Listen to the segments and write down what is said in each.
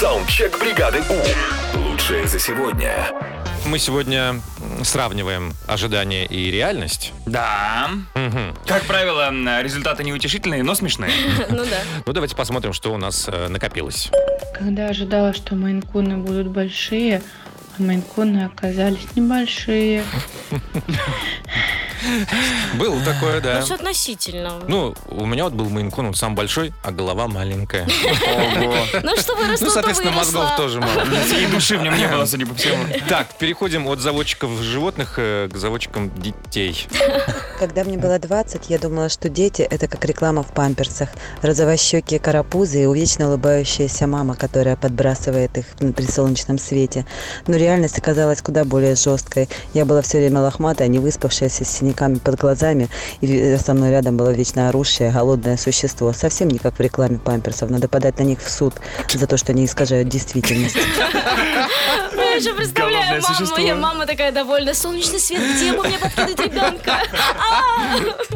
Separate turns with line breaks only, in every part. Саундчек бригады У. Лучшее за сегодня.
Мы сегодня сравниваем ожидания и реальность.
Да. Как правило, м, результаты неутешительные, но смешные.
Ну да.
Ну, давайте посмотрим, что у нас э, накопилось.
Когда ожидала, что майнкуны будут большие, а майнкуны оказались небольшие.
Было такое,
Ну
да.
все относительно.
Ну, у меня вот был Майнкун, он сам большой, а голова маленькая.
Ого.
Ну что выросло,
Ну,
то
соответственно,
выросло.
мозгов тоже мало.
И души в нем не было, судя по всему.
Так, переходим от заводчиков животных э, к заводчикам детей.
Когда мне было 20, я думала, что дети – это как реклама в памперсах. Розовощекие карапузы и увечно улыбающаяся мама, которая подбрасывает их при солнечном свете. Но реальность оказалась куда более жесткой. Я была все время лохматая, не выспавшаяся, с синяками под глазами. И ви- со мной рядом было вечно орущее, голодное существо. Совсем не как в рекламе памперсов. Надо подать на них в суд за то, что они искажают действительность.
Ну, Я же представляю
Голодное
маму,
существо.
я мама такая довольна. Солнечный свет, где вы мне подкинуть ребенка?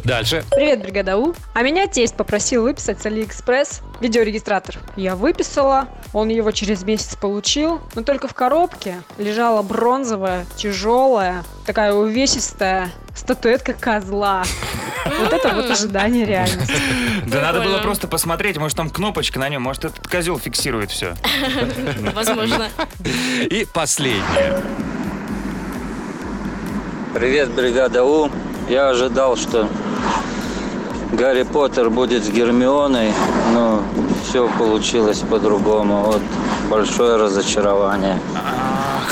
Дальше.
Привет, бригада У. А меня тесть попросил выписать с Алиэкспресс видеорегистратор. Я выписала, он его через месяц получил, но только в коробке лежала бронзовая, тяжелая, такая увесистая статуэтка козла. Вот это вот ожидание реальности.
Да надо было
Прикольно.
просто посмотреть, может там кнопочка на нем, может этот козел фиксирует все.
Возможно.
И последнее.
Привет, бригада У. Я ожидал, что Гарри Поттер будет с Гермионой, но все получилось по-другому. Вот большое разочарование.